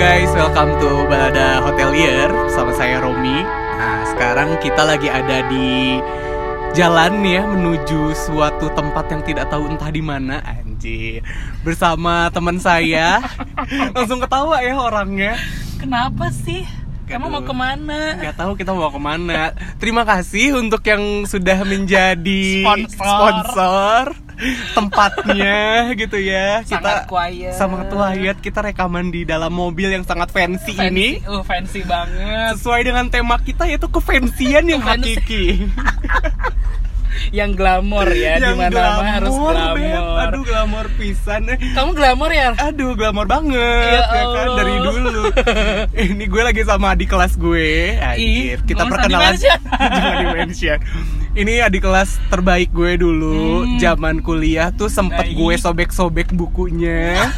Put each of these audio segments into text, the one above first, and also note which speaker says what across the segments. Speaker 1: ya, welcome to Balada Hotelier Sama saya Romi Nah sekarang kita lagi ada di jalan ya Menuju suatu tempat yang tidak tahu entah di mana Anjir Bersama teman saya Langsung ketawa ya orangnya
Speaker 2: Kenapa sih? Kamu
Speaker 1: Aduh.
Speaker 2: mau kemana?
Speaker 1: Gak tahu kita mau kemana Terima kasih untuk yang sudah menjadi
Speaker 2: Sponsor.
Speaker 1: sponsor tempatnya gitu ya
Speaker 2: Sangat quiet.
Speaker 1: sangat quiet kita rekaman di dalam mobil yang sangat fancy,
Speaker 2: Fancy.
Speaker 1: ini
Speaker 2: uh, fancy banget.
Speaker 1: sesuai dengan tema kita yaitu kefansian yang
Speaker 2: Kefansi-
Speaker 1: hakiki
Speaker 2: Yang glamor ya, di mana
Speaker 1: glamour,
Speaker 2: harus
Speaker 1: Beb.
Speaker 2: glamor.
Speaker 1: aduh glamor pisan eh.
Speaker 2: Kamu glamor ya?
Speaker 1: aduh glamor banget
Speaker 2: Ya
Speaker 1: ya kan
Speaker 2: Allah.
Speaker 1: dari dulu ini gue lagi sama adik kelas gue Anjir,
Speaker 2: Ih,
Speaker 1: kita
Speaker 2: nggak usah
Speaker 1: perkenalan
Speaker 2: di-mention.
Speaker 1: jangan di mention ini adik kelas terbaik gue dulu
Speaker 2: Hmm.
Speaker 1: zaman kuliah tuh sempet
Speaker 2: Baik.
Speaker 1: gue sobek-sobek bukunya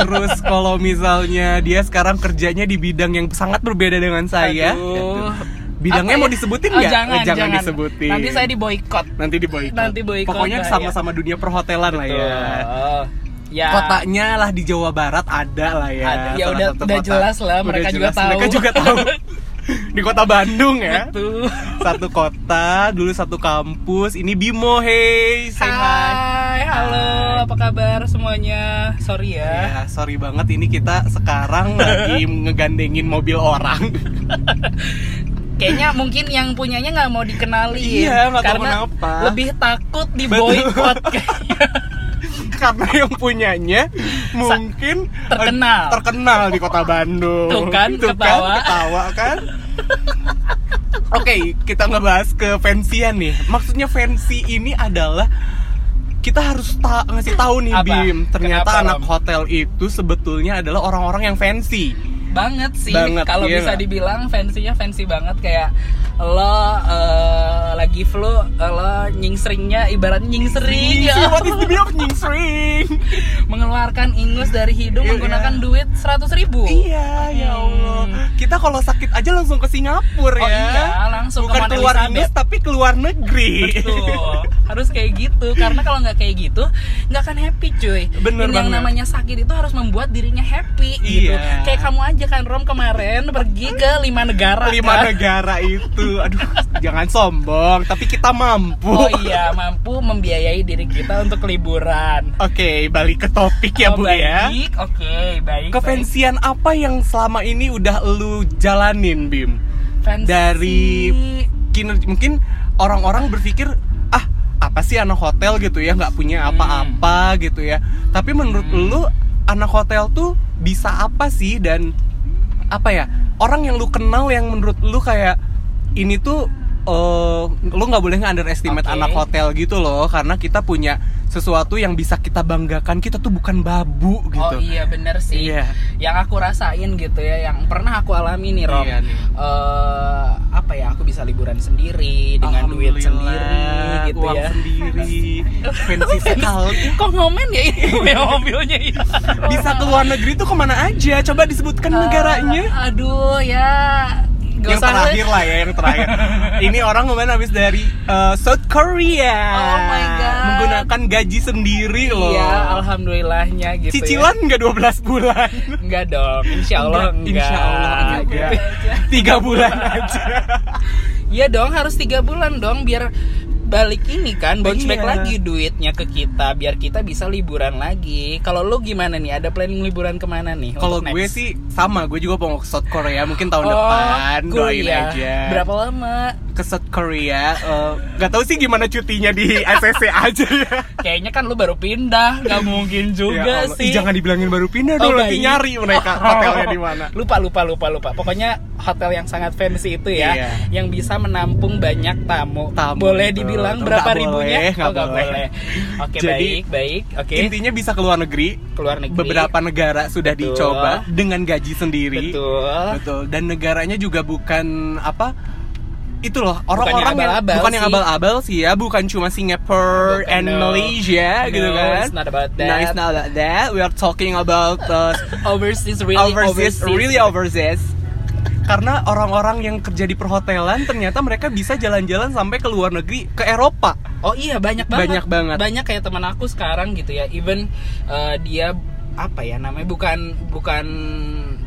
Speaker 1: terus kalau misalnya dia sekarang kerjanya di bidang yang sangat berbeda dengan saya
Speaker 2: Aduh.
Speaker 1: bidangnya
Speaker 2: Apa
Speaker 1: mau
Speaker 2: ya?
Speaker 1: disebutin
Speaker 2: Oh,
Speaker 1: nggak
Speaker 2: jangan,
Speaker 1: Eh, disebutin
Speaker 2: Nanti saya diboykot.
Speaker 1: nanti diboikot.
Speaker 2: Nanti ya. boikot,
Speaker 1: pokoknya
Speaker 2: bahaya.
Speaker 1: sama-sama dunia perhotelan lah ya
Speaker 2: Tuh. Ya.
Speaker 1: kotanya lah di Jawa Barat ada lah ya.
Speaker 2: Ada. Ya
Speaker 1: salah
Speaker 2: udah-
Speaker 1: satu
Speaker 2: udah
Speaker 1: kota.
Speaker 2: jelas lah, mereka juga tahu.
Speaker 1: Mereka juga tahu. di kota Bandung ya.
Speaker 2: Tuh.
Speaker 1: Satu kota, dulu satu kampus. Ini Bimo, hey, say hi.
Speaker 2: Hai, halo, apa kabar semuanya? Sorry ya.
Speaker 1: Ya, sorry banget ini kita sekarang lagi ngegandengin mobil orang.
Speaker 2: Kayaknya mungkin yang punyanya nggak mau dikenali.
Speaker 1: Iya, nggak tahu
Speaker 2: karena
Speaker 1: kenapa.
Speaker 2: lebih takut diboykot.
Speaker 1: Karena yang punyanya mungkin eh,
Speaker 2: terkenal.
Speaker 1: terkenal di kota Bandung.
Speaker 2: Tuh kan,
Speaker 1: Tuh
Speaker 2: ketawa.
Speaker 1: kan, ketawa kan. Oke, kita ngebahas ke fansian nih. Maksudnya fansi ini adalah kita harus ta- ngasih tahu nih
Speaker 2: Apa?
Speaker 1: Bim, ternyata
Speaker 2: Kenapa,
Speaker 1: anak
Speaker 2: Rom?
Speaker 1: hotel itu sebetulnya adalah orang-orang yang fancy.
Speaker 2: banget sih
Speaker 1: Banget,
Speaker 2: kalau
Speaker 1: iya
Speaker 2: bisa
Speaker 1: nggak?
Speaker 2: dibilang fancy-nya fancy banget kayak lo eh, lagi flu eh, lo nyingsringnya ibarat nyingsring ya
Speaker 1: What is the meaning of nyingsring?
Speaker 2: mengeluarkan ingus dari
Speaker 1: Iya.
Speaker 2: hidung menggunakan duit seratus ribu
Speaker 1: Iya, ya Allah. Kita kalau sakit aja langsung ke Singapura
Speaker 2: Hmm. Oh
Speaker 1: ya.
Speaker 2: iya, langsung ke
Speaker 1: Bukan
Speaker 2: Mount
Speaker 1: keluar
Speaker 2: Elizabeth.
Speaker 1: Inggris tapi keluar negeri.
Speaker 2: Betul. harus kayak gitu karena kalau nggak kayak gitu nggak akan happy cuy
Speaker 1: Bener
Speaker 2: Dan yang
Speaker 1: banget.
Speaker 2: namanya sakit itu harus membuat dirinya happy gitu
Speaker 1: Iya.
Speaker 2: kayak kamu aja kan Rom kemarin pergi ke lima negara
Speaker 1: lima
Speaker 2: kan?
Speaker 1: negara itu aduh jangan sombong tapi kita mampu
Speaker 2: oh iya mampu membiayai diri kita untuk liburan
Speaker 1: Oke, balik ke topik ya,
Speaker 2: Oh,
Speaker 1: Bu ya.
Speaker 2: baik, oke, baik. baik.
Speaker 1: Kefansian apa yang selama ini udah lu jalanin, Bim?
Speaker 2: Fancy.
Speaker 1: Dari kinerja mungkin orang-orang berpikir, "Ah, apa sih anak hotel gitu ya, nggak punya
Speaker 2: Hmm.
Speaker 1: apa-apa gitu ya." Tapi menurut lu anak hotel tuh bisa apa sih dan apa ya? Orang yang lu kenal yang menurut lu kayak ini tuh eh, lu nggak boleh nge-underestimate
Speaker 2: Oke.
Speaker 1: anak hotel gitu loh karena kita punya sesuatu yang bisa kita banggakan kita tuh bukan babu gitu
Speaker 2: Oh iya bener sih.
Speaker 1: Iya.
Speaker 2: Yang aku rasain gitu ya, yang pernah aku alami nih, Rom.
Speaker 1: Iya nih.
Speaker 2: Eh, apa ya? Aku bisa liburan sendiri dengan duit
Speaker 1: Alhamdulillah,
Speaker 2: sendiri gitu
Speaker 1: uang
Speaker 2: ya.
Speaker 1: sendiri fancy sekali
Speaker 2: Kok ngomen ya ini mobilnya ya?
Speaker 1: bisa ke luar negeri tuh kemana aja coba disebutkan negaranya
Speaker 2: Eh, aduh ya. Gak
Speaker 1: yang
Speaker 2: usah
Speaker 1: terakhir lah ya yang terakhir ini orang kemarin habis dari eh, South Korea
Speaker 2: Oh my God.
Speaker 1: menggunakan gaji sendiri loh
Speaker 2: Iya, alhamdulillahnya gitu. ya.
Speaker 1: cicilan nggak 12 bulan
Speaker 2: Enggak dong, insya Ya Allah enggak.
Speaker 1: Insya Allah enggak. tiga bulan aja
Speaker 2: Iya dong, harus tiga bulan dong biar balik ini kan bounce back
Speaker 1: Iya.
Speaker 2: lagi duitnya ke kita biar kita bisa liburan lagi. Kalau lu gimana nih? Ada planning liburan kemana nih?
Speaker 1: kalau
Speaker 2: untuk
Speaker 1: gue
Speaker 2: next?
Speaker 1: sih sama gue juga mau ke South Korea mungkin tahun
Speaker 2: Oh,
Speaker 1: depan doain
Speaker 2: kuliah.
Speaker 1: aja
Speaker 2: Berapa lama?
Speaker 1: ke South Korea eh, nggak tahu sih gimana cutinya di SSC aja ya
Speaker 2: Kayaknya kan lu baru pindah, nggak
Speaker 1: Ya
Speaker 2: mungkin juga
Speaker 1: Allah. Ih,
Speaker 2: sih.
Speaker 1: jangan dibilangin baru pindah
Speaker 2: Oh,
Speaker 1: dong nanti
Speaker 2: baik.
Speaker 1: nyari mereka hotelnya di mana
Speaker 2: Lupa lupa lupa lupa. Pokoknya hotel yang sangat fancy itu ya,
Speaker 1: Iya.
Speaker 2: yang bisa menampung banyak tamu.
Speaker 1: Tamu,
Speaker 2: boleh
Speaker 1: betul.
Speaker 2: dibilang
Speaker 1: Nggak
Speaker 2: berapa
Speaker 1: boleh,
Speaker 2: ribunya?
Speaker 1: nggak
Speaker 2: Oh, nggak
Speaker 1: boleh.
Speaker 2: Oke,
Speaker 1: Jadi,
Speaker 2: baik, baik. Oke.
Speaker 1: intinya bisa ke luar negeri
Speaker 2: Keluar negeri.
Speaker 1: beberapa negara sudah
Speaker 2: Betul.
Speaker 1: dicoba dengan gaji sendiri
Speaker 2: Betul.
Speaker 1: Betul. dan negaranya juga bukan apa itu loh orang-orang
Speaker 2: yang abal-abal
Speaker 1: bukan yang
Speaker 2: sih.
Speaker 1: abal-abal sih ya bukan cuma Singapore
Speaker 2: Bukan,
Speaker 1: and
Speaker 2: no.
Speaker 1: Malaysia
Speaker 2: No,
Speaker 1: gitu kan
Speaker 2: it's not about that.
Speaker 1: no, it's not about that we are talking about uh,
Speaker 2: overseas really
Speaker 1: overseas, really overseas karena orang-orang yang kerja di perhotelan ternyata mereka bisa jalan-jalan sampai ke luar negeri ke Eropa
Speaker 2: oh iya banyak banget
Speaker 1: Banyak banget.
Speaker 2: banyak kayak teman aku sekarang gitu ya even eh, dia apa ya namanya bukan bukan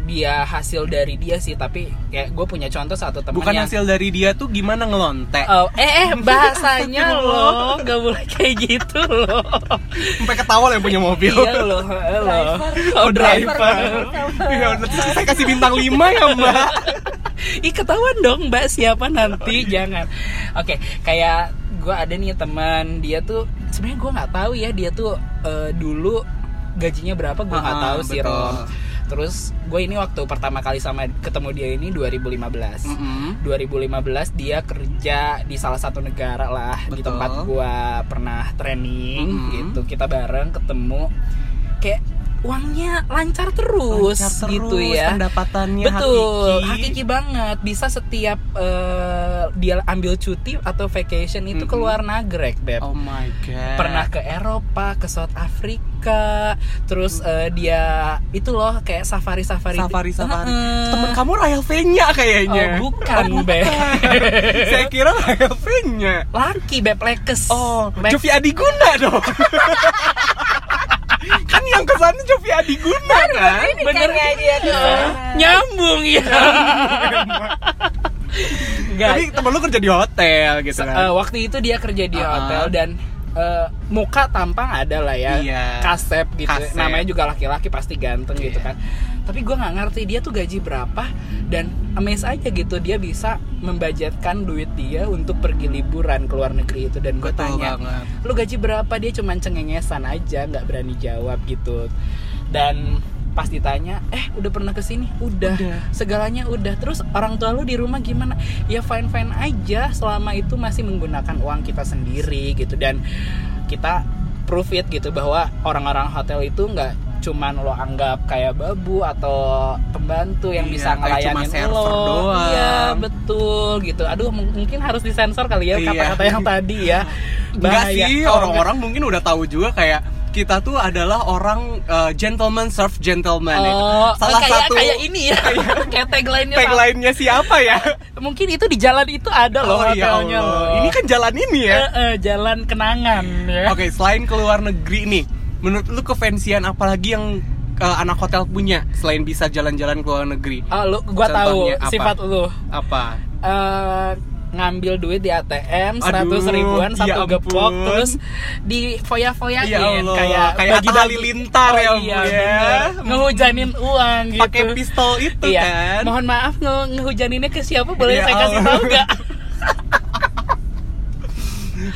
Speaker 2: dia hasil dari dia sih tapi kayak gue punya contoh satu teman
Speaker 1: Bukan
Speaker 2: yang
Speaker 1: hasil dari dia tuh gimana ngelontek
Speaker 2: Oh, eh, eh bahasanya lo nggak boleh kayak gitu lo.
Speaker 1: Sampai ketawa lah yang punya mobil
Speaker 2: iya lo, lo.
Speaker 1: Oh, driver Iya, udah, terus saya kasih bintang 5 ya mbak
Speaker 2: Ih ketahuan dong mbak siapa
Speaker 1: Oh,
Speaker 2: nanti
Speaker 1: iya.
Speaker 2: jangan. Oke kayak gue ada nih teman dia tuh sebenarnya gue nggak tahu ya dia tuh eh, dulu gajinya berapa gue nggak
Speaker 1: Ah,
Speaker 2: tahu sih
Speaker 1: betul.
Speaker 2: Rom. Terus gue ini waktu pertama kali sama ketemu dia ini 2015.
Speaker 1: Mm-mm.
Speaker 2: 2015 dia kerja di salah satu negara lah di
Speaker 1: Betul.
Speaker 2: tempat gua pernah training
Speaker 1: Mhm.
Speaker 2: gitu kita bareng ketemu kayak uangnya lancar terus,
Speaker 1: Lancar
Speaker 2: gitu
Speaker 1: terus,
Speaker 2: ya
Speaker 1: pendapatannya
Speaker 2: betul
Speaker 1: hakiki.
Speaker 2: hakiki banget bisa setiap eh, dia ambil cuti atau vacation itu
Speaker 1: Mhm.
Speaker 2: keluar nagrek beb
Speaker 1: Oh my god
Speaker 2: pernah ke Eropa ke South Africa terus eh, dia itu loh kayak safari safari
Speaker 1: safari safari temen kamu Rayal Fenya kayaknya
Speaker 2: Oh, bukan, Beb.
Speaker 1: saya kira Rayal Fenya
Speaker 2: laki beb lekes
Speaker 1: oh
Speaker 2: Lek-
Speaker 1: Jovi Adiguna dong kan yang kesana Jovi Adiguna kan
Speaker 3: Ini kayaknya dia tuh.
Speaker 2: nyambung ya Nggak.
Speaker 1: tapi temen lu kerja di hotel gitu
Speaker 2: Se-
Speaker 1: kan
Speaker 2: eh, waktu itu dia kerja di
Speaker 1: Ah.
Speaker 2: hotel dan eh, muka tampang ada lah ya
Speaker 1: Iya.
Speaker 2: kasep gitu
Speaker 1: Kasep.
Speaker 2: namanya juga laki-laki pasti ganteng gitu
Speaker 1: Iya.
Speaker 2: kan tapi gue nggak ngerti dia tuh gaji berapa dan amaze aja gitu dia bisa membudgetkan duit dia untuk pergi liburan ke luar negeri itu dan gue
Speaker 1: Betul
Speaker 2: tanya
Speaker 1: banget.
Speaker 2: lu gaji berapa dia cuman cengengesan aja nggak berani jawab gitu dan pas ditanya eh udah pernah kesini udah.
Speaker 1: Udah.
Speaker 2: segalanya udah terus orang tua lu di rumah gimana ya fine fine aja selama itu masih menggunakan uang kita sendiri gitu dan kita proof it gitu bahwa orang-orang hotel itu nggak cuman lo anggap kayak babu atau pembantu yang
Speaker 1: Iya,
Speaker 2: bisa
Speaker 1: kayak cuma
Speaker 2: ngelayanin
Speaker 1: server
Speaker 2: lo
Speaker 1: doang.
Speaker 2: iya betul gitu aduh mung- mungkin harus disensor kali ya
Speaker 1: Iya.
Speaker 2: kata-kata yang tadi ya
Speaker 1: Enggak
Speaker 2: Bahaya.
Speaker 1: sih,
Speaker 2: Oh,
Speaker 1: orang-orang mungkin udah tahu juga kayak kita tuh adalah orang eh, gentleman serve gentleman ya.
Speaker 2: Oh,
Speaker 1: Salah
Speaker 2: kayak,
Speaker 1: satu
Speaker 2: kayak ini ya. kayak tagline-nya
Speaker 1: tag
Speaker 2: sama-
Speaker 1: lainnya siapa ya?
Speaker 2: Mungkin itu di jalan itu ada loh
Speaker 1: ya
Speaker 2: hotelnya
Speaker 1: Allah.
Speaker 2: loh.
Speaker 1: Ini kan jalan ini ya.
Speaker 2: Eh, eh, jalan kenangan ya.
Speaker 1: Oke, selain ke luar negeri nih, menurut lu kefansian apalagi yang eh, anak hotel punya selain bisa jalan-jalan ke luar negeri?
Speaker 2: Ah, lu gua tahu
Speaker 1: Contohnya apa?
Speaker 2: sifat lu.
Speaker 1: Apa?
Speaker 2: Eh, ngambil duit di ATM
Speaker 1: Aduh,
Speaker 2: seratus
Speaker 1: ya
Speaker 2: ribuan satu
Speaker 1: ampun.
Speaker 2: gepok terus di foya-foyain
Speaker 1: Ya Allah,
Speaker 2: kayak
Speaker 1: kayak Atta
Speaker 2: bagi-bagi.
Speaker 1: Halilintar ya
Speaker 2: Oh
Speaker 1: ampun
Speaker 2: iya,
Speaker 1: ya.
Speaker 2: bener. ngehujanin uang gitu
Speaker 1: Pakai pistol itu
Speaker 2: iya.
Speaker 1: kan.
Speaker 2: mohon maaf nge- ngehujaninnya ke siapa boleh
Speaker 1: Ya
Speaker 2: saya kasih
Speaker 1: Allah.
Speaker 2: tahu nggak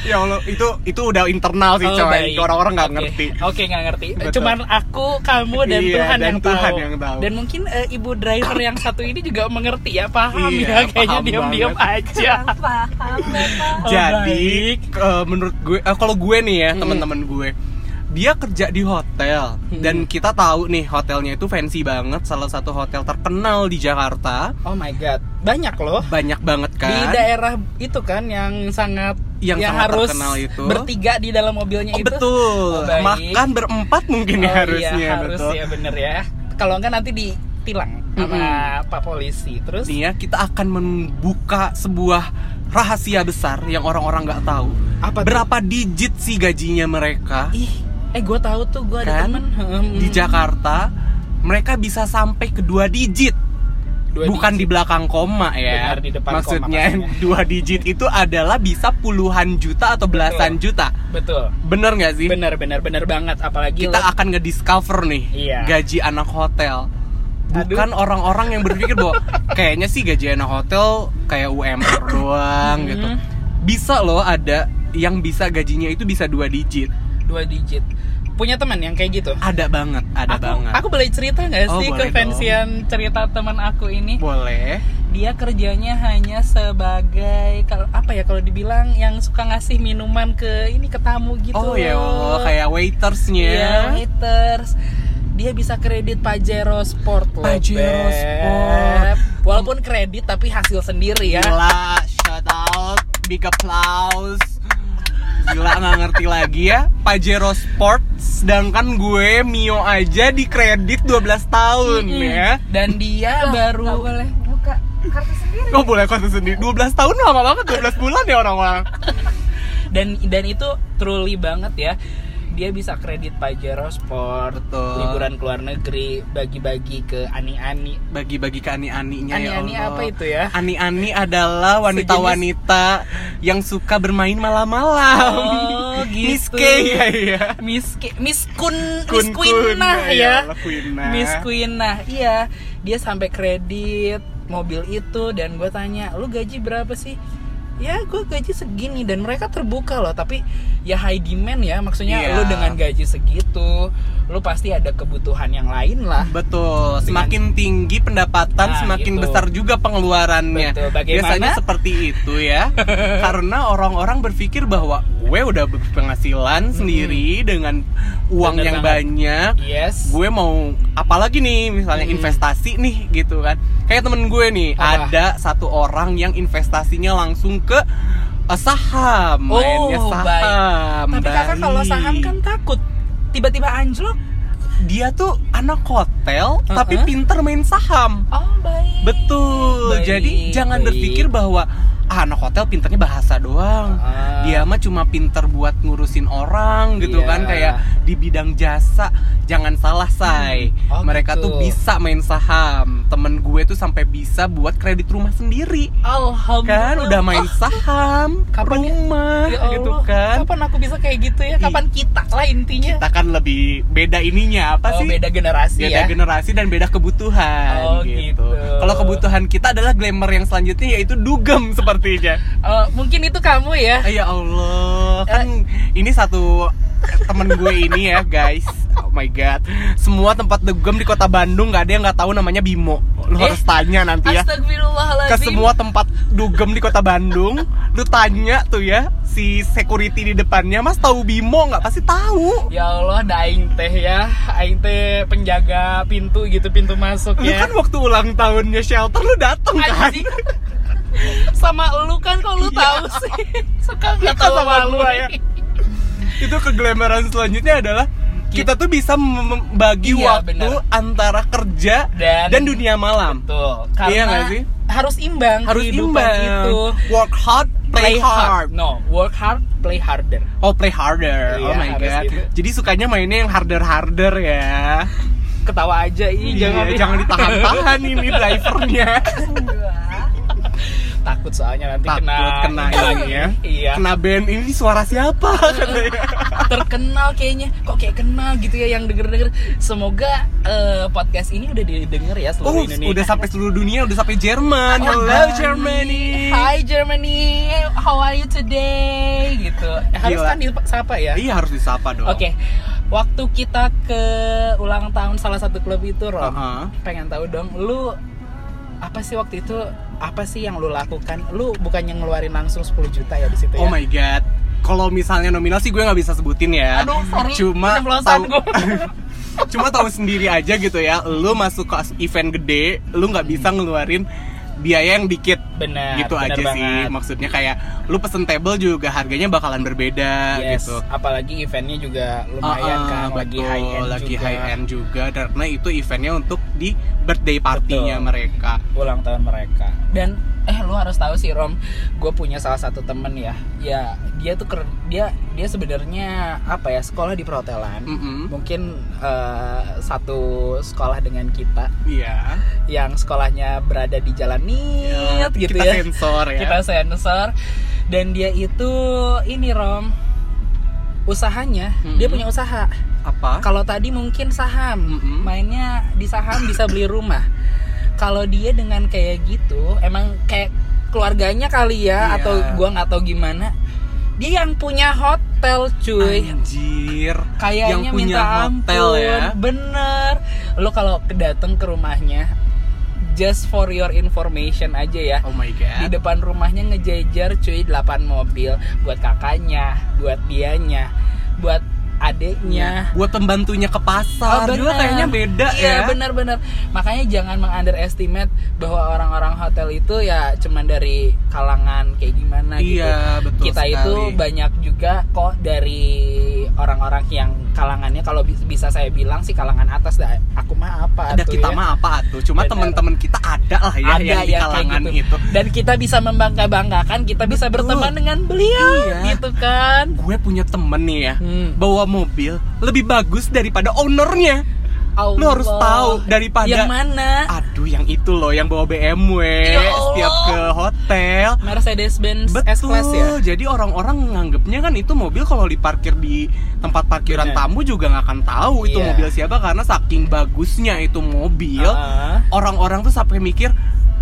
Speaker 1: Ya Allah, itu itu udah internal sih,
Speaker 2: Oh,
Speaker 1: coy.
Speaker 2: baik.
Speaker 1: Itu Orang-orang nggak
Speaker 2: Oke.
Speaker 1: ngerti.
Speaker 2: Oke, nggak ngerti.
Speaker 1: Betul.
Speaker 2: Cuman aku, kamu dan
Speaker 1: Iya,
Speaker 2: Tuhan,
Speaker 1: dan
Speaker 2: yang,
Speaker 1: Tuhan
Speaker 2: tahu.
Speaker 1: yang tahu.
Speaker 2: Dan mungkin eh, ibu driver yang satu ini juga mengerti ya, paham
Speaker 1: Iya,
Speaker 2: ya kayaknya
Speaker 1: paham
Speaker 2: diam-diam aja.
Speaker 3: Paham, paham.
Speaker 2: Oh,
Speaker 1: Jadi eh, menurut gue eh, kalau gue nih
Speaker 2: Hmm.
Speaker 1: ya teman-teman gue dia kerja di hotel dan kita tahu nih hotelnya itu fancy banget salah satu hotel terkenal di Jakarta
Speaker 2: Oh my god, banyak loh.
Speaker 1: banyak banget kan
Speaker 2: Di daerah itu kan yang sangat ya,
Speaker 1: Yang sangat
Speaker 2: harus
Speaker 1: terkenal itu.
Speaker 2: bertiga di dalam mobilnya
Speaker 1: oh
Speaker 2: itu.
Speaker 1: betul
Speaker 2: Oh, baik.
Speaker 1: makan berempat mungkin ya
Speaker 2: Oh,
Speaker 1: harusnya
Speaker 2: iya, harus
Speaker 1: betul
Speaker 2: ya bener ya. Kalau enggak nanti ditilang sama Pak polisi. Terus
Speaker 1: Nih ya, kita akan membuka sebuah rahasia besar yang orang-orang nggak tahu
Speaker 2: Apa tuh?
Speaker 1: berapa digit sih gajinya mereka
Speaker 2: ih, eh gue tahu tuh gue ada
Speaker 1: Kan?
Speaker 2: temen Hmm.
Speaker 1: di Jakarta mereka bisa sampai ke dua digit bukan di belakang koma ya.
Speaker 2: Benar, di depan
Speaker 1: Maksudnya
Speaker 2: koma pastinya.
Speaker 1: dua digit itu adalah bisa puluhan juta atau belasan juta.
Speaker 2: Betul.
Speaker 1: Bener nggak sih?
Speaker 2: Bener bener bener banget apalagi
Speaker 1: Kita
Speaker 2: lo-
Speaker 1: akan ngediscover nih
Speaker 2: Iya.
Speaker 1: gaji anak hotel. Bukan orang-orang yang berpikir bahwa kayaknya sih gaji anak hotel kayak UMR doang gitu.
Speaker 2: Mhm.
Speaker 1: Bisa loh ada yang bisa gajinya itu bisa dua digit.
Speaker 2: dua digit. Punya teman yang kayak gitu.
Speaker 1: Ada banget, ada
Speaker 2: aku,
Speaker 1: banget.
Speaker 2: aku boleh cerita nggak
Speaker 1: Oh,
Speaker 2: sih
Speaker 1: boleh
Speaker 2: kefansian cerita teman aku ini?
Speaker 1: Boleh.
Speaker 2: Dia kerjanya hanya sebagai kalau apa ya kalau dibilang yang suka ngasih minuman ke ini ke tamu gitu.
Speaker 1: oh ya Allah,
Speaker 2: loh.
Speaker 1: kayak waitersnya.
Speaker 2: Iya, haters. Dia bisa kredit Pajero Sport loh.
Speaker 1: Pajero
Speaker 2: Beb.
Speaker 1: Sport.
Speaker 2: Walaupun kredit tapi hasil sendiri ya.
Speaker 1: Gila, shout out, big applause. Gila nggak ngerti lagi ya Pajero Sport Sedangkan gue Mio aja di kredit 12 tahun ya
Speaker 2: Dan dia baru
Speaker 3: Nggak boleh buka kartu sendiri.
Speaker 1: Kok Oh, boleh konten sendiri 12 tahun lama banget 12 bulan ya orang-orang
Speaker 2: dan dan itu truly banget ya dia bisa kredit Pajero Sport,
Speaker 1: Betul.
Speaker 2: liburan ke luar negeri, bagi-bagi ke ani-ani.
Speaker 1: Bagi-bagi ke ani-aninya ya
Speaker 2: Ani-ani
Speaker 1: Allah.
Speaker 2: apa itu ya?
Speaker 1: Ani-ani adalah wanita-wanita yang suka bermain malam-malam.
Speaker 2: Oh,
Speaker 1: Miss
Speaker 2: gitu.
Speaker 1: K ya iya.
Speaker 2: Miss Ki- Miss Kun Miss
Speaker 1: Kun-kun, iya,
Speaker 2: Queenah ya.
Speaker 1: Allah, Queenah.
Speaker 2: Miss Queenah. Iya, dia sampai kredit mobil itu dan gue tanya, "Lu gaji berapa sih?" Ya, gue gaji segini dan mereka terbuka loh, tapi ya high demand ya. Maksudnya
Speaker 1: Iya.
Speaker 2: lu dengan gaji segitu, lu pasti ada kebutuhan yang lain lah.
Speaker 1: Betul, semakin tinggi pendapatan
Speaker 2: Nah,
Speaker 1: semakin
Speaker 2: gitu.
Speaker 1: besar juga pengeluarannya.
Speaker 2: Betul, bagaimana-
Speaker 1: Biasanya seperti itu ya. Karena orang-orang berpikir bahwa gue udah berpenghasilan sendiri dengan uang
Speaker 2: Hmm. Bener
Speaker 1: yang
Speaker 2: banget.
Speaker 1: banyak.
Speaker 2: Yes.
Speaker 1: Gue mau apalagi nih misalnya
Speaker 2: Hmm.
Speaker 1: investasi nih gitu kan. Kayak temen gue nih,
Speaker 2: Apa?
Speaker 1: ada satu orang yang investasinya langsung ke eh, saham,
Speaker 2: Oh,
Speaker 1: mainnya
Speaker 2: baik.
Speaker 1: saham.
Speaker 2: tapi kakak kalau saham
Speaker 1: baik.
Speaker 2: kan takut tiba-tiba anjlok.
Speaker 1: dia tuh anak hotel
Speaker 2: Uh-uh.
Speaker 1: tapi pinter main saham.
Speaker 2: Oh, baik.
Speaker 1: Betul.
Speaker 2: Baik,
Speaker 1: Jadi jangan
Speaker 2: baik.
Speaker 1: berpikir bahwa ah, anak hotel pinternya bahasa doang.
Speaker 2: Ah.
Speaker 1: Dia mah cuma pinter buat ngurusin orang gitu
Speaker 2: Iya.
Speaker 1: kan kayak di bidang jasa. Jangan salah, Say.
Speaker 2: Oh,
Speaker 1: Mereka tuh
Speaker 2: gitu.
Speaker 1: bisa main saham. Temen gue tuh sampai bisa buat kredit rumah sendiri. Kan
Speaker 2: Alhamdulillah.
Speaker 1: udah main saham,
Speaker 2: Oh. kapan ya-
Speaker 1: rumah
Speaker 2: Ya Allah,
Speaker 1: gitu kan. Iya.
Speaker 2: Kapan aku bisa kayak gitu ya? Kapan kita lah intinya?
Speaker 1: Kita kan lebih beda ininya apa
Speaker 2: oh,
Speaker 1: sih?
Speaker 2: beda generasi
Speaker 1: beda
Speaker 2: ya.
Speaker 1: generasi dan beda kebutuhan
Speaker 2: Oh,
Speaker 1: gitu.
Speaker 2: gitu.
Speaker 1: Kalau kebutuhan kita adalah glamour yang selanjutnya yaitu dugem sepertinya.
Speaker 2: Eh, mungkin itu kamu ya.
Speaker 1: Ah, Ya Allah,
Speaker 2: Eh.
Speaker 1: kan ini satu eh, temen gue ini ya guys. Oh my god, semua tempat dugem di kota Bandung nggak ada yang nggak tahu namanya Bimo. Lu
Speaker 2: Eh,
Speaker 1: harus tanya nanti ya
Speaker 2: Astagfirullahaladzim.
Speaker 1: ke semua tempat dugem di kota Bandung. Lu tanya tuh ya si security di depannya, Mas tahu Bimo nggak? Pasti tahu.
Speaker 2: Ya Allah, ada aing teh ya. Aing teh penjaga pintu gitu, pintu masuk
Speaker 1: Lu
Speaker 2: ya.
Speaker 1: kan waktu ulang tahunnya shelter lu dateng kan?
Speaker 2: Anjing. sama lu kan kalau lu
Speaker 1: Iya.
Speaker 2: tahu sih. Suka nggak
Speaker 1: Kita
Speaker 2: tahu
Speaker 1: sama
Speaker 2: malu
Speaker 1: gua ya. itu keglamoran selanjutnya adalah kita tuh bisa membagi
Speaker 2: Iya,
Speaker 1: waktu
Speaker 2: benar.
Speaker 1: antara kerja
Speaker 2: Dan-
Speaker 1: dan, dunia malam.
Speaker 2: Betul. Karena
Speaker 1: Iya nggak sih?
Speaker 2: harus imbang
Speaker 1: Harus
Speaker 2: kehidupan
Speaker 1: imbang.
Speaker 2: itu.
Speaker 1: Work hard, play, hard.
Speaker 2: No, work hard, play harder.
Speaker 1: Oh, play harder. oh
Speaker 2: Iya,
Speaker 1: my
Speaker 2: harus
Speaker 1: god.
Speaker 2: gitu.
Speaker 1: Jadi sukanya mainnya yang harder-harder ya.
Speaker 2: Ketawa aja, ih
Speaker 1: Iya,
Speaker 2: jangan
Speaker 1: jangan ditahan-tahan ini drivernya.
Speaker 2: takut soalnya nanti
Speaker 1: Takut
Speaker 2: kena
Speaker 1: kena
Speaker 2: ini lagi.
Speaker 1: ini ya.
Speaker 2: iya
Speaker 1: Kena band ini suara siapa katanya.
Speaker 2: terkenal kayaknya kok kayak kenal gitu ya yang denger denger semoga eh, podcast ini udah didengar ya
Speaker 1: Oh,
Speaker 2: seluruh Indonesia
Speaker 1: udah sampai seluruh dunia, udah sampai Jerman.
Speaker 2: Oh,
Speaker 1: Hello
Speaker 2: Germany.
Speaker 1: Germany.
Speaker 2: Hi Germany, how are you today? Gitu. Harus
Speaker 1: Gila.
Speaker 2: kan disapa ya.
Speaker 1: Iya harus disapa dong.
Speaker 2: Oke, waktu kita ke ulang tahun salah satu klub itu, Rom,
Speaker 1: Aha.
Speaker 2: pengen tahu dong, lu apa sih waktu itu apa sih yang lu lakukan? Lu bukannya ngeluarin langsung 10 juta ya di situ ya?
Speaker 1: Oh my god. Kalau misalnya nominal sih gue nggak bisa sebutin ya.
Speaker 2: Aduh, sorry.
Speaker 1: Cuma
Speaker 2: Keceplosan
Speaker 1: tahu- Cuma tahu sendiri aja gitu ya. Lu masuk ke event gede, lu nggak bisa ngeluarin biaya yang dikit.
Speaker 2: Benar.
Speaker 1: gitu
Speaker 2: Hmm. Ya, benar
Speaker 1: aja sih.
Speaker 2: banget.
Speaker 1: Maksudnya kayak lu pesen table juga harganya bakalan berbeda
Speaker 2: Yes,
Speaker 1: gitu.
Speaker 2: apalagi eventnya juga
Speaker 1: Ah,
Speaker 2: lumayan
Speaker 1: ah,
Speaker 2: kan, lagi
Speaker 1: betul,
Speaker 2: high end
Speaker 1: lagi
Speaker 2: juga.
Speaker 1: high end juga karena itu eventnya untuk di birthday party-nya
Speaker 2: Betul.
Speaker 1: mereka.
Speaker 2: ulang tahun mereka. Dan eh lu harus tahu sih Rom, gue punya salah satu temen ya, ya dia tuh ker- dia dia sebenarnya apa ya sekolah di perhotelan,
Speaker 1: Mm-mm.
Speaker 2: mungkin eh, satu sekolah dengan kita
Speaker 1: Iya.
Speaker 2: yang sekolahnya berada di jalan Nit gitu
Speaker 1: kita
Speaker 2: ya,
Speaker 1: sensor ya.
Speaker 2: kita sensor dan dia itu ini Rom usahanya dia
Speaker 1: Mm-mm.
Speaker 2: punya usaha
Speaker 1: Apa?
Speaker 2: kalau tadi mungkin saham,
Speaker 1: Mm-mm.
Speaker 2: mainnya di saham bisa beli rumah. Kalau dia dengan kayak gitu, emang kayak keluarganya kali ya,
Speaker 1: Iya.
Speaker 2: atau gua nggak tahu gimana. Dia yang punya
Speaker 1: Ah,
Speaker 2: hotel,
Speaker 1: iya.
Speaker 2: cuy.
Speaker 1: Anjir.
Speaker 2: Kayaknya
Speaker 1: yang punya
Speaker 2: minta
Speaker 1: hotel
Speaker 2: ampun,
Speaker 1: ya.
Speaker 2: bener. Lo kalau datang ke rumahnya, just for your information aja ya.
Speaker 1: Oh my
Speaker 2: Di
Speaker 1: god.
Speaker 2: depan rumahnya ngejejer cuy 8 mobil buat kakaknya, buat dianya, buat adeknya,
Speaker 1: Buat pembantunya ke pasar juga
Speaker 2: Iya. Oh, benar.
Speaker 1: kayaknya beda
Speaker 2: iya,
Speaker 1: Iya. ya.
Speaker 2: benar-benar. Makanya jangan meng-underestimate bahwa orang-orang hotel itu ya cuman dari kalangan kayak kayak gimana gitu
Speaker 1: Iya, betul
Speaker 2: kita
Speaker 1: sekali.
Speaker 2: itu banyak juga kok dari orang-orang yang kalangannya kalau bi- bisa saya bilang sih kalangan atas dah aku mah apa
Speaker 1: ada
Speaker 2: tuh
Speaker 1: kita
Speaker 2: ya.
Speaker 1: mah apa tuh cuma
Speaker 2: Benar.
Speaker 1: teman-teman kita ada lah ya yang
Speaker 2: Ada
Speaker 1: di
Speaker 2: ya, kayak
Speaker 1: kalangan
Speaker 2: gitu.
Speaker 1: itu
Speaker 2: dan kita bisa membangga banggakan kita bisa
Speaker 1: Betul.
Speaker 2: berteman dengan beliau
Speaker 1: Iya.
Speaker 2: gitu kan
Speaker 1: gue punya temen nih ya
Speaker 2: Hmm.
Speaker 1: bawa mobil lebih bagus daripada ownernya
Speaker 2: Allah.
Speaker 1: Lu harus tahu daripada-
Speaker 2: yang mana
Speaker 1: aduh yang itu loh yang bawa BMW
Speaker 2: Ya Allah.
Speaker 1: setiap ke hotel
Speaker 2: Mercedes Benz S
Speaker 1: Betul.
Speaker 2: Class ya
Speaker 1: Jadi orang-orang nganggepnya kan itu mobil kalau diparkir di tempat parkiran
Speaker 2: Bener.
Speaker 1: tamu juga nggak akan tahu itu
Speaker 2: Iya.
Speaker 1: mobil siapa karena saking bagusnya itu mobil.
Speaker 2: Ah.
Speaker 1: Orang-orang tuh sampai mikir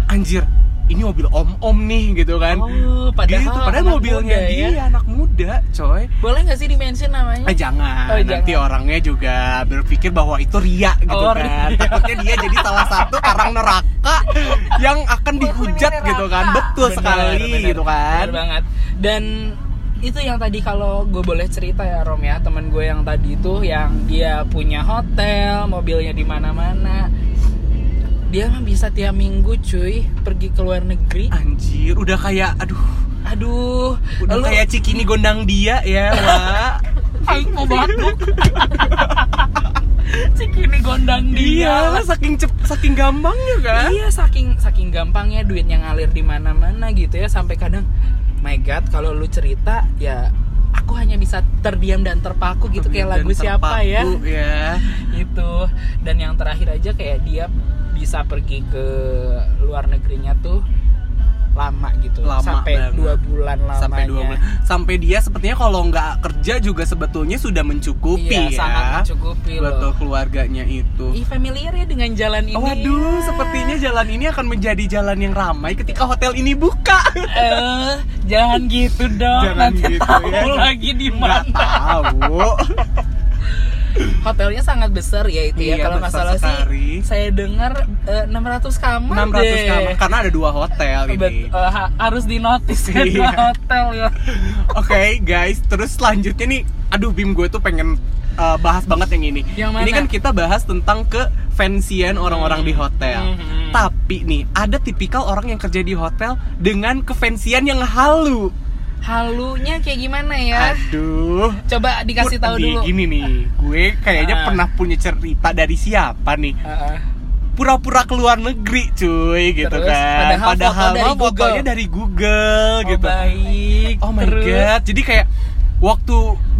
Speaker 1: anjir ini mobil om-om nih gitu kan.
Speaker 2: Oh, padahal
Speaker 1: Gitu, padahal
Speaker 2: anak
Speaker 1: mobilnya
Speaker 2: muda ya.
Speaker 1: dia anak muda, coy.
Speaker 2: boleh nggak sih dimention namanya
Speaker 1: Eh jangan,
Speaker 2: Oh,
Speaker 1: nanti
Speaker 2: jangan.
Speaker 1: orangnya juga berpikir bahwa itu ria gitu
Speaker 2: Oh,
Speaker 1: kan.
Speaker 2: ria.
Speaker 1: Takutnya dia jadi salah satu karang neraka yang akan dihujat gitu kan. Betul
Speaker 2: Bener,
Speaker 1: sekali
Speaker 2: bener,
Speaker 1: gitu kan.
Speaker 2: bener banget dan itu yang tadi kalau gue boleh cerita ya Rom ya temen gue yang tadi itu yang dia punya hotel mobilnya di mana-mana dia mah bisa tiap minggu cuy pergi ke luar negeri
Speaker 1: Anjir, udah kayak aduh,
Speaker 2: aduh
Speaker 1: udah
Speaker 2: lu-
Speaker 1: kayak Cikini gondang dia ya, Wak.
Speaker 2: Aing mau batuk Cikini gondang
Speaker 1: Iya,
Speaker 2: dia
Speaker 1: saking cep, saking gampangnya kan.
Speaker 2: Iya saking saking gampangnya duitnya ngalir di mana-mana gitu ya sampai kadang my god kalau lu cerita ya aku hanya bisa terdiam dan terpaku gitu kayak
Speaker 1: Dan
Speaker 2: lagu siapa ya
Speaker 1: terpaku, ya.
Speaker 2: gitu dan yang terakhir aja kayak dia bisa pergi ke luar negerinya tuh lama gitu
Speaker 1: Lama
Speaker 2: sampai
Speaker 1: banget.
Speaker 2: dua bulan lamanya
Speaker 1: Sampai dua bulan. Sampai dia sepertinya kalau nggak kerja juga sebetulnya sudah mencukupi
Speaker 2: iya,
Speaker 1: ya.
Speaker 2: sangat mencukupi
Speaker 1: Betul
Speaker 2: loh
Speaker 1: keluarganya itu.
Speaker 2: Ih familiar ya dengan jalan ini
Speaker 1: Waduh, sepertinya jalan ini akan menjadi jalan yang ramai ketika hotel ini buka.
Speaker 2: eh jangan gitu dong
Speaker 1: Jangan
Speaker 2: nanti
Speaker 1: gitu
Speaker 2: tahu
Speaker 1: ya.
Speaker 2: lagi di
Speaker 1: Nggak
Speaker 2: mana
Speaker 1: tahu.
Speaker 2: hotelnya sangat besar ya itu ya
Speaker 1: Iya,
Speaker 2: kalau nggak
Speaker 1: besar
Speaker 2: salah sih
Speaker 1: sekali.
Speaker 2: saya dengar eh, 600 kamar
Speaker 1: 600
Speaker 2: deh.
Speaker 1: kamar karena ada dua hotel ini.
Speaker 2: Bet- eh, ha- harus dinotis ya
Speaker 1: Iya.
Speaker 2: dua hotel ya
Speaker 1: Oke guys, terus selanjutnya nih, aduh Bim gue tuh pengen uh, bahas banget yang ini.
Speaker 2: Yang mana?
Speaker 1: Ini kan kita bahas tentang ke fansian orang-orang di hotel.
Speaker 2: Hmm.
Speaker 1: Tapi nih, ada tipikal orang yang kerja di hotel dengan kefansian yang halu.
Speaker 2: halunya kayak gimana ya
Speaker 1: Aduh.
Speaker 2: coba dikasih tahu
Speaker 1: Di-
Speaker 2: dulu
Speaker 1: Gini nih, gue kayaknya
Speaker 2: Ah.
Speaker 1: pernah punya cerita dari siapa nih?
Speaker 2: Heeh.
Speaker 1: Pura-pura keluar negeri, cuy, gitu
Speaker 2: Terus,
Speaker 1: kan.
Speaker 2: padahal foto dari
Speaker 1: mah
Speaker 2: Google.
Speaker 1: fotonya dari Google
Speaker 2: Oh,
Speaker 1: gitu.
Speaker 2: baik
Speaker 1: Oh my
Speaker 2: Terus,
Speaker 1: god. Jadi kayak waktu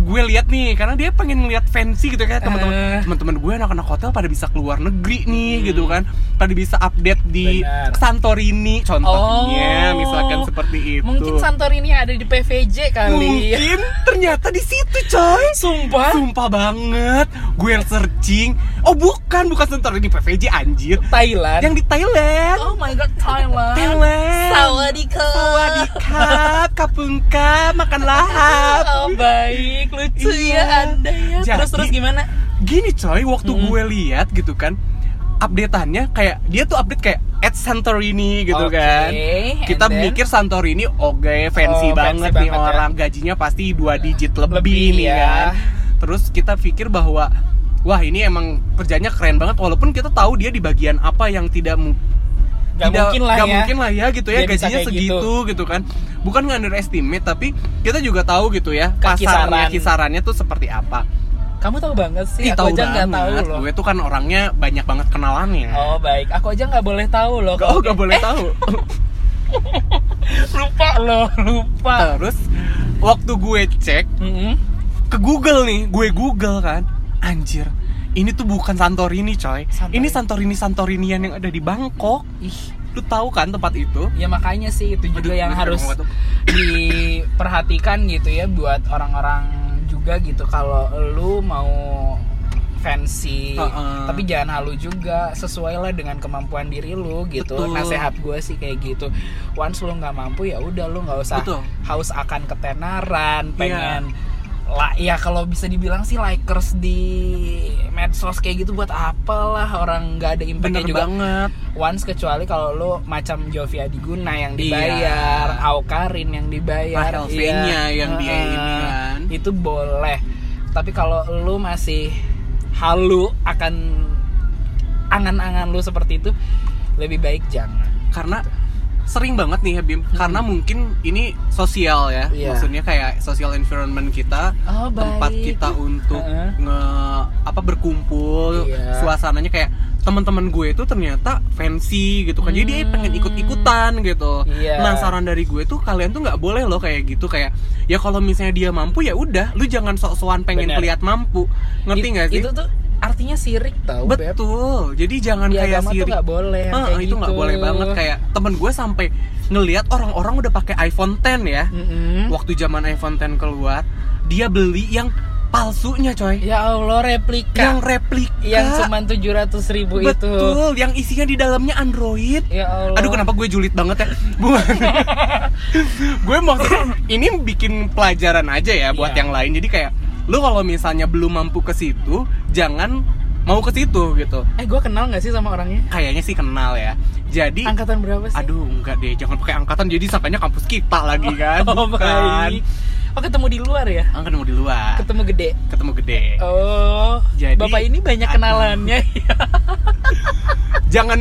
Speaker 1: gue lihat nih karena dia pengen ngeliat fancy gitu kayak
Speaker 2: Eh. Hmm.
Speaker 1: teman-teman teman-teman gue anak-anak hotel pada bisa keluar negeri nih gitu kan. Pada bisa update di
Speaker 2: Benar.
Speaker 1: Santorini contohnya
Speaker 2: Oh.
Speaker 1: Iya, misalkan seperti itu.
Speaker 2: mungkin Santorini ada di PVJ kali
Speaker 1: Mungkin ternyata di situ coy.
Speaker 2: sumpah
Speaker 1: Sumpah banget, gue searching. Oh bukan, bukan Santorini PVJ anjir.
Speaker 2: Thailand
Speaker 1: Yang di Thailand.
Speaker 2: oh my god Thailand
Speaker 1: Thailand.
Speaker 2: Sawadika
Speaker 1: Sawadikap, kapungka, makan lahap.
Speaker 2: Oh baik, lucu
Speaker 1: Iya.
Speaker 2: ya Anda ya.
Speaker 1: Jadi-
Speaker 2: terus terus gimana?
Speaker 1: gini coy waktu gue lihat gitu kan updateannya kayak dia tuh update kayak at Santorini gitu
Speaker 2: Oke,
Speaker 1: kan
Speaker 2: and
Speaker 1: kita
Speaker 2: then?
Speaker 1: mikir Santorini oke fancy
Speaker 2: Oh, fancy
Speaker 1: banget nih
Speaker 2: banget ya.
Speaker 1: orang gajinya pasti dua digit lebih,
Speaker 2: Lebih,
Speaker 1: nih
Speaker 2: ya.
Speaker 1: kan terus kita pikir bahwa wah ini emang kerjanya keren banget walaupun kita tahu dia di bagian apa yang tidak mu-
Speaker 2: Gak
Speaker 1: tidak-
Speaker 2: mungkin lah
Speaker 1: gak
Speaker 2: ya.
Speaker 1: mungkin lah ya gitu ya
Speaker 2: Dia bisa
Speaker 1: gajinya
Speaker 2: kayak
Speaker 1: segitu gitu. kan bukan nggak underestimate tapi kita juga tahu gitu ya
Speaker 2: Kekisaran.
Speaker 1: pasarnya kisarannya tuh seperti apa
Speaker 2: Kamu tahu banget sih,
Speaker 1: Ih,
Speaker 2: aku
Speaker 1: tahu
Speaker 2: aja nggak tahu
Speaker 1: banget.
Speaker 2: loh.
Speaker 1: Gue tuh kan orangnya banyak banget kenalannya.
Speaker 2: Oh Eh. baik, aku aja nggak boleh tahu loh.
Speaker 1: Gak- oh, gak boleh tahu.
Speaker 2: lupa loh, lupa.
Speaker 1: Terus waktu gue cek
Speaker 2: Mm-mm.
Speaker 1: ke Google nih, gue Google kan. Anjir, ini tuh bukan Santorini, coy.
Speaker 2: Santorini.
Speaker 1: Ini Santorini Santorinian yang ada di Bangkok.
Speaker 2: Ih,
Speaker 1: Lu tahu kan tempat itu?
Speaker 2: ya makanya sih itu
Speaker 1: Aduh,
Speaker 2: juga yang
Speaker 1: gue
Speaker 2: harus
Speaker 1: pengen batuk.
Speaker 2: diperhatikan gitu ya buat orang-orang juga gitu kalau lu mau fancy
Speaker 1: Heeh.
Speaker 2: tapi jangan halu juga sesuailah dengan kemampuan diri lu gitu
Speaker 1: Betul.
Speaker 2: nasehat gue sih kayak gitu once lu nggak mampu ya udah lu nggak usah
Speaker 1: Betul. Iya.
Speaker 2: haus akan ketenaran pengen lah ya kalau bisa dibilang sih likers di medsos kayak gitu buat apalah orang nggak ada
Speaker 1: Bener
Speaker 2: impactnya juga
Speaker 1: banget.
Speaker 2: Once kecuali kalau lu macam Jovi Adiguna yang
Speaker 1: Iya.
Speaker 2: dibayar, Aukarin yang dibayar, iya.
Speaker 1: Rahel V-nya yang diayain
Speaker 2: Heeh,
Speaker 1: kan.
Speaker 2: Itu boleh. Tapi kalau lu masih halu akan angan-angan lu seperti itu, lebih baik jangan.
Speaker 1: Karena sering banget nih ya Bim karena mungkin ini sosial ya
Speaker 2: Hmm. Iya.
Speaker 1: maksudnya kayak social environment kita
Speaker 2: Oh,
Speaker 1: tempat
Speaker 2: baik.
Speaker 1: kita untuk
Speaker 2: Heeh.
Speaker 1: nge apa berkumpul
Speaker 2: Iya.
Speaker 1: suasananya kayak teman-teman gue itu ternyata fancy gitu kan jadi dia pengen ikut-ikutan gitu
Speaker 2: Hmm. Iya.
Speaker 1: penasaran dari gue tuh kalian tuh nggak boleh loh kayak gitu kayak ya kalau misalnya dia mampu ya udah lu jangan sok-sokan pengen
Speaker 2: Bener.
Speaker 1: keliat mampu ngerti
Speaker 2: It-
Speaker 1: nggak sih
Speaker 2: Itu tuh artinya sirik tau Beb.
Speaker 1: Betul. Jadi jangan
Speaker 2: Di
Speaker 1: kayak
Speaker 2: agama tuh
Speaker 1: sirik.
Speaker 2: nggak boleh yang
Speaker 1: Ah,
Speaker 2: kayak
Speaker 1: itu nggak
Speaker 2: gitu.
Speaker 1: boleh banget kayak temen gue sampai ngelihat orang-orang udah pakai iPhone 10 ya.
Speaker 2: Hmm. Mm-mm.
Speaker 1: Waktu zaman iPhone 10 keluar, dia beli yang palsunya coy.
Speaker 2: Ya Allah replika
Speaker 1: Yang replika.
Speaker 2: yang cuma tujuh ratus ribu itu.
Speaker 1: Betul, yang isinya di dalamnya Android.
Speaker 2: Ya Allah.
Speaker 1: Aduh kenapa gue julid banget ya Bu- Gue maksudnya ini bikin pelajaran aja ya buat
Speaker 2: Iya.
Speaker 1: yang lain Jadi kayak lu kalau misalnya belum mampu ke situ Jangan mau ke situ gitu
Speaker 2: Eh gue kenal nggak sih sama orangnya?
Speaker 1: Kayaknya sih kenal ya Jadi
Speaker 2: Angkatan berapa sih?
Speaker 1: Aduh enggak deh jangan pakai angkatan jadi sangkanya kampus kita lagi kan
Speaker 2: Oh
Speaker 1: Bukan
Speaker 2: baik. Oh ketemu di luar ya?
Speaker 1: Ah, Ketemu di luar
Speaker 2: Ketemu gede.
Speaker 1: Ketemu gede
Speaker 2: Oh.
Speaker 1: Jadi-
Speaker 2: Bapak ini banyak
Speaker 1: Aduh. Iya,
Speaker 2: kenalannya.
Speaker 1: Jangan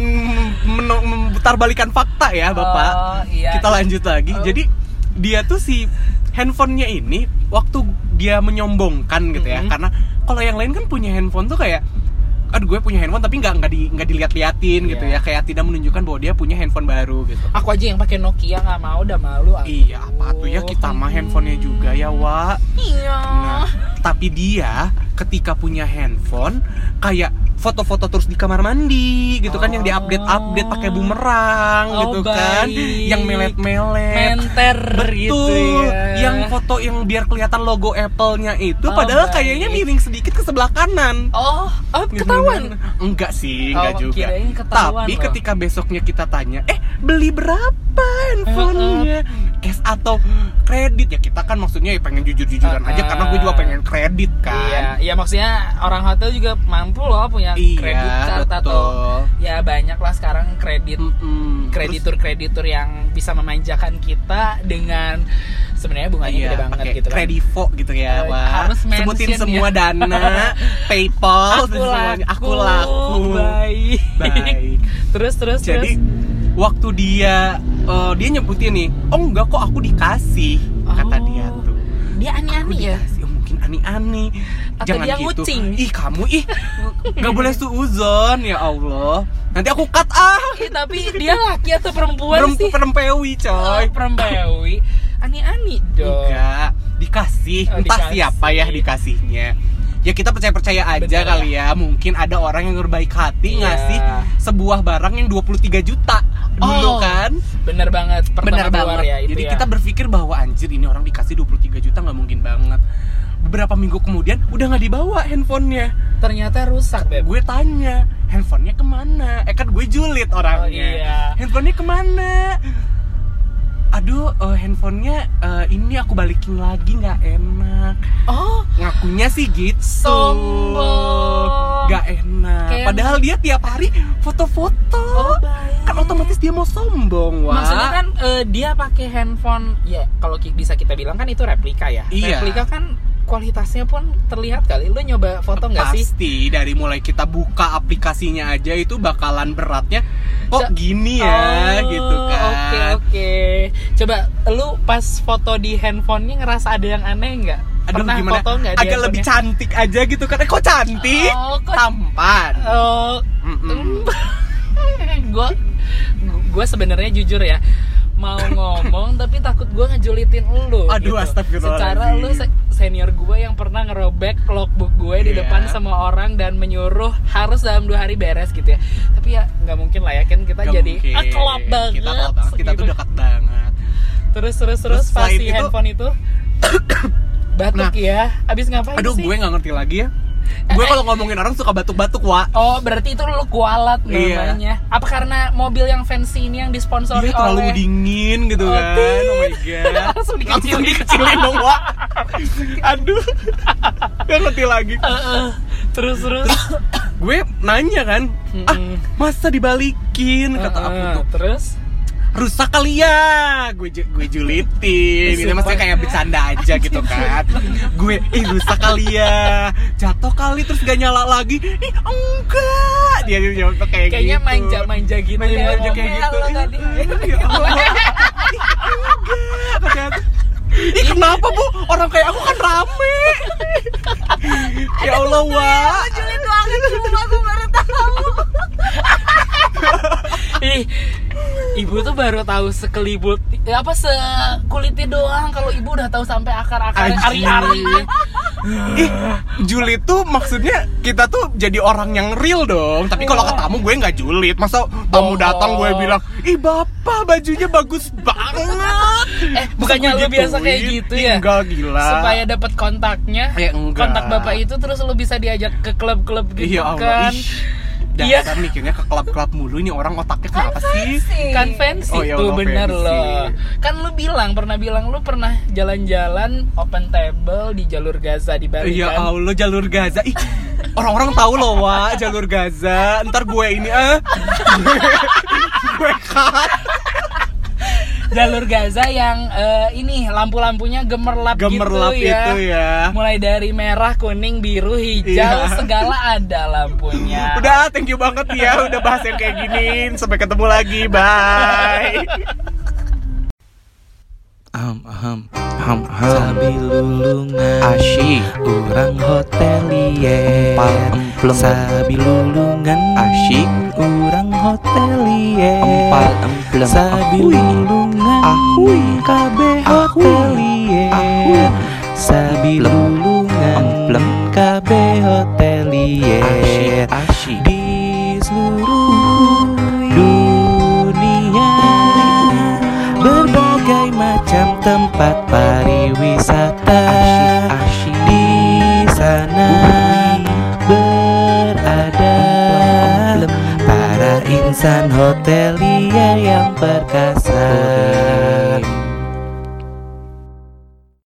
Speaker 1: memutar balikan fakta ya Bapak
Speaker 2: Oh, iya.
Speaker 1: Kita lanjut lagi
Speaker 2: Oh.
Speaker 1: Jadi dia tuh si handphonenya ini Waktu dia menyombongkan gitu ya
Speaker 2: Mhm.
Speaker 1: Karena kalau yang lain kan punya handphone tuh kayak Aduh gue punya handphone tapi nggak nggak di, nggak dilihat-liatin gitu ya
Speaker 2: Iya.
Speaker 1: Kayak tidak menunjukkan bahwa dia punya handphone baru gitu
Speaker 2: Aku aja yang pakai Nokia nggak mau, udah malu. aku.
Speaker 1: Iya apa tuh ya kita mah handphonenya juga ya Wak
Speaker 2: Iya.
Speaker 1: Nah, tapi dia ketika punya handphone kayak foto-foto terus di kamar mandi gitu kan yang diupdate-update pakai bumerang
Speaker 2: Oh,
Speaker 1: gitu kan,
Speaker 2: baik.
Speaker 1: yang melet-melet.
Speaker 2: Menter
Speaker 1: Nah, Betul.
Speaker 2: gitu ya.
Speaker 1: Yang foto yang biar kelihatan logo Apple-nya itu
Speaker 2: Oh,
Speaker 1: padahal
Speaker 2: baik.
Speaker 1: kayaknya miring sedikit ke sebelah kanan.
Speaker 2: Oh, oh ketahuan.
Speaker 1: Enggak sih,
Speaker 2: Oh,
Speaker 1: enggak juga.
Speaker 2: kirain ketahuan
Speaker 1: Tapi
Speaker 2: loh.
Speaker 1: ketika besoknya kita tanya, "Eh, beli berapa handphonenya?"
Speaker 2: Eh,
Speaker 1: Cash atau kredit? Ya kita kan maksudnya ya pengen jujur-jujuran
Speaker 2: Uh-uh.
Speaker 1: aja karena gue juga pengen kredit
Speaker 2: Iya,
Speaker 1: kan.
Speaker 2: iya maksudnya orang hotel juga mampu loh punya kredit card atau
Speaker 1: Iya, betul.
Speaker 2: ya banyak lah sekarang kredit
Speaker 1: Mm-mm.
Speaker 2: kreditur-kreditur yang bisa memanjakan kita dengan sebenarnya
Speaker 1: Terus,
Speaker 2: bunganya
Speaker 1: iya,
Speaker 2: gede banget
Speaker 1: pakai
Speaker 2: gitu kan.
Speaker 1: kredivo gitu ya,
Speaker 2: Eh,
Speaker 1: Wak.
Speaker 2: harus
Speaker 1: Sebutin
Speaker 2: mention ya.
Speaker 1: semua dana, PayPal,
Speaker 2: Aku
Speaker 1: dan
Speaker 2: laku,
Speaker 1: Oh, semuanya. aku laku.
Speaker 2: Baik.
Speaker 1: Baik.
Speaker 2: terus terus
Speaker 1: Jadi
Speaker 2: terus.
Speaker 1: waktu dia eh, dia nyebutin nih, "Oh enggak kok aku dikasih." kata
Speaker 2: Oh,
Speaker 1: dia tuh.
Speaker 2: Dia aneh-aneh ya.
Speaker 1: Dikasih, "Oh, mungkin ani-ani.
Speaker 2: Atau
Speaker 1: Jangan
Speaker 2: dia
Speaker 1: gitu.
Speaker 2: ngucing.
Speaker 1: Ih, kamu ih nggak boleh suuzon ya Allah. Nanti aku cut ah.
Speaker 2: Ih, tapi dia laki atau perempuan
Speaker 1: Perem,
Speaker 2: sih?
Speaker 1: perempewi coy.
Speaker 2: Oh, perempewi. Ani-ani dong.
Speaker 1: Enggak, dikasih.
Speaker 2: Gitu. Oh,
Speaker 1: Entah
Speaker 2: dikasih.
Speaker 1: siapa ya dikasihnya. Ya kita percaya-percaya aja
Speaker 2: Bener
Speaker 1: kali ya. Mungkin ada orang yang berbaik hati
Speaker 2: Iya.
Speaker 1: ngasih sebuah barang yang 23 juta dulu
Speaker 2: Oh.
Speaker 1: kan.
Speaker 2: Bener banget. Pertama
Speaker 1: Bener
Speaker 2: keluar
Speaker 1: banget.
Speaker 2: ya itu
Speaker 1: Jadi
Speaker 2: ya.
Speaker 1: kita berpikir bahwa anjir ini orang dikasih 23 juta nggak mungkin banget. Beberapa minggu kemudian udah nggak dibawa handphonenya.
Speaker 2: ternyata rusak, Beb.
Speaker 1: Gue tanya handphonenya kemana? Eh kan gue julid orangnya.
Speaker 2: Oh, iya.
Speaker 1: Handphonenya kemana? Aduh, eh, handphonenya eh, ini aku balikin lagi nggak enak.
Speaker 2: Oh,
Speaker 1: Ngakunya sih gitu.
Speaker 2: Sombong.
Speaker 1: Nggak enak.
Speaker 2: Kayak-
Speaker 1: Padahal dia tiap hari foto-foto.
Speaker 2: oh baik.
Speaker 1: Kan otomatis dia mau sombong, wah.
Speaker 2: Maksudnya kan eh, dia pakai handphone ya kalau ki- bisa kita bilang kan itu replika ya.
Speaker 1: Iya.
Speaker 2: Replika kan kualitasnya pun terlihat kali. Lu nyoba foto nggak sih?
Speaker 1: Pasti dari mulai kita buka aplikasinya aja itu bakalan beratnya kok
Speaker 2: Ja-
Speaker 1: gini ya
Speaker 2: Oh,
Speaker 1: gitu kan.
Speaker 2: Oke oke. Coba lu pas foto di handphonenya ngerasa ada yang aneh nggak?
Speaker 1: Aduh
Speaker 2: Pernah
Speaker 1: gimana?
Speaker 2: foto nggak? di
Speaker 1: Agak lebih
Speaker 2: handphonenya?
Speaker 1: cantik aja gitu kan. Eh, kok cantik?
Speaker 2: Oh, kok-
Speaker 1: Tampan.
Speaker 2: Oh,
Speaker 1: Mm-mm.
Speaker 2: gue gue Gitu. sebenarnya jujur ya mau ngomong tapi takut gue ngejulitin lu gitu.
Speaker 1: Aduh, astagfirullahaladzim.
Speaker 2: secara lu se- senior gue yang pernah ngerobek logbook gue di
Speaker 1: Iya.
Speaker 2: depan semua orang dan menyuruh harus dalam dua hari beres gitu ya tapi ya nggak mungkin lah ya kan kita
Speaker 1: Nggak
Speaker 2: jadi
Speaker 1: mungkin.
Speaker 2: "Ah, kelop banget
Speaker 1: Kita kelop Eh, banget. Kita tuh
Speaker 2: gitu.
Speaker 1: dekat banget.
Speaker 2: terus terus terus
Speaker 1: Terus
Speaker 2: pas
Speaker 1: selain
Speaker 2: si
Speaker 1: itu-
Speaker 2: handphone itu batuk
Speaker 1: Nah.
Speaker 2: ya abis ngapain
Speaker 1: Aduh,
Speaker 2: sih
Speaker 1: gue nggak ngerti lagi ya. Gue kalau ngomongin orang suka batuk-batuk, Wak.
Speaker 2: Oh berarti itu lu kualat
Speaker 1: Iya.
Speaker 2: namanya. Apa karena mobil yang fancy ini yang
Speaker 1: Dia
Speaker 2: disponsori
Speaker 1: Iya, terlalu
Speaker 2: oleh
Speaker 1: dingin gitu
Speaker 2: Oh,
Speaker 1: kan. Oh my god.
Speaker 2: Langsung dikecilin.
Speaker 1: Langsung dikecilin dong, Wak. Aduh. Gak ngerti lagi.
Speaker 2: Heeh. terus terus
Speaker 1: gue nanya kan ah
Speaker 2: Mm-mm.
Speaker 1: masa dibalikin kata aku
Speaker 2: Heeh,
Speaker 1: tuh
Speaker 2: terus
Speaker 1: rusak kali ya gue ju- gue julitin ini
Speaker 2: Sumpah.
Speaker 1: maksudnya kayak bercanda aja gitu kan gue ih rusak kali ya jatuh kali terus gak nyala lagi ih enggak dia jawab kayak
Speaker 2: Kayaknya
Speaker 1: gitu.
Speaker 2: manja-manja gitu ya.
Speaker 1: manja-manja kayak
Speaker 3: Ngomel
Speaker 1: gitu
Speaker 3: lo tadi.
Speaker 1: Ih, ya Allah. Ih, enggak padahal Ih kenapa bu? Orang kayak aku kan rame Ya Allah wah
Speaker 3: julid banget cuma gue baru tahu
Speaker 2: Ih, ibu tuh baru tahu sekelibut ya apa sekulitnya doang kalau ibu udah tahu sampai akar-akar
Speaker 1: Anjing.
Speaker 2: ari-ari
Speaker 1: Ih, julid tuh maksudnya kita tuh jadi orang yang real dong. Tapi
Speaker 2: Iya.
Speaker 1: kalau ketemu gue nggak julid. Masa tamu
Speaker 2: Oh.
Speaker 1: datang gue bilang, "Ih, Bapak bajunya bagus banget."
Speaker 2: eh
Speaker 1: Terus
Speaker 2: bukannya lu
Speaker 1: gue
Speaker 2: biasa kayak
Speaker 1: gituin.
Speaker 2: gitu
Speaker 1: Ih,
Speaker 2: ya
Speaker 1: Enggak gila.
Speaker 2: supaya dapat kontaknya
Speaker 1: Ya, enggak.
Speaker 2: kontak bapak itu terus lu bisa diajak ke klub-klub gitu
Speaker 1: Iya Allah.
Speaker 2: kan
Speaker 1: Ih,
Speaker 2: Iya.
Speaker 1: dasar mikirnya ke klub-klub mulu ini orang otaknya kenapa sih?
Speaker 3: sih
Speaker 2: kan fancy
Speaker 1: Oh, iya,
Speaker 2: tuh
Speaker 1: Allah,
Speaker 2: bener
Speaker 1: fancy.
Speaker 2: loh kan lu bilang pernah bilang lu pernah jalan-jalan open table di jalur Gaza di Bali
Speaker 1: Iya
Speaker 2: kan
Speaker 1: Allah jalur Gaza. Ih, orang-orang tahu loh wa jalur Gaza. Ntar gue ini eh gue cut.
Speaker 2: jalur Gaza yang eh, ini lampu-lampunya gemerlap,
Speaker 1: gemerlap
Speaker 2: gitu ya
Speaker 1: itu ya.
Speaker 2: mulai dari merah, kuning, biru, hijau,
Speaker 1: Iya.
Speaker 2: segala ada lampunya.
Speaker 1: Udah, thank you banget ya udah bahas yang kayak gini. Sampai ketemu lagi. Bye.
Speaker 4: Aham, aham, aham, aham. Sabi lulungan Asyik Orang hotelier Empal, emplem Sabi lulungan Asyik Orang hotelier Empal, emplem Sabi lulungan Ahui KB hotelier Ahui Sabi lulungan Emplem KB hotelier Asyik, asyik Di seluruh dunia Berbagai macam tempat pariwisata di sana berada para insan hotelier yang perkasa.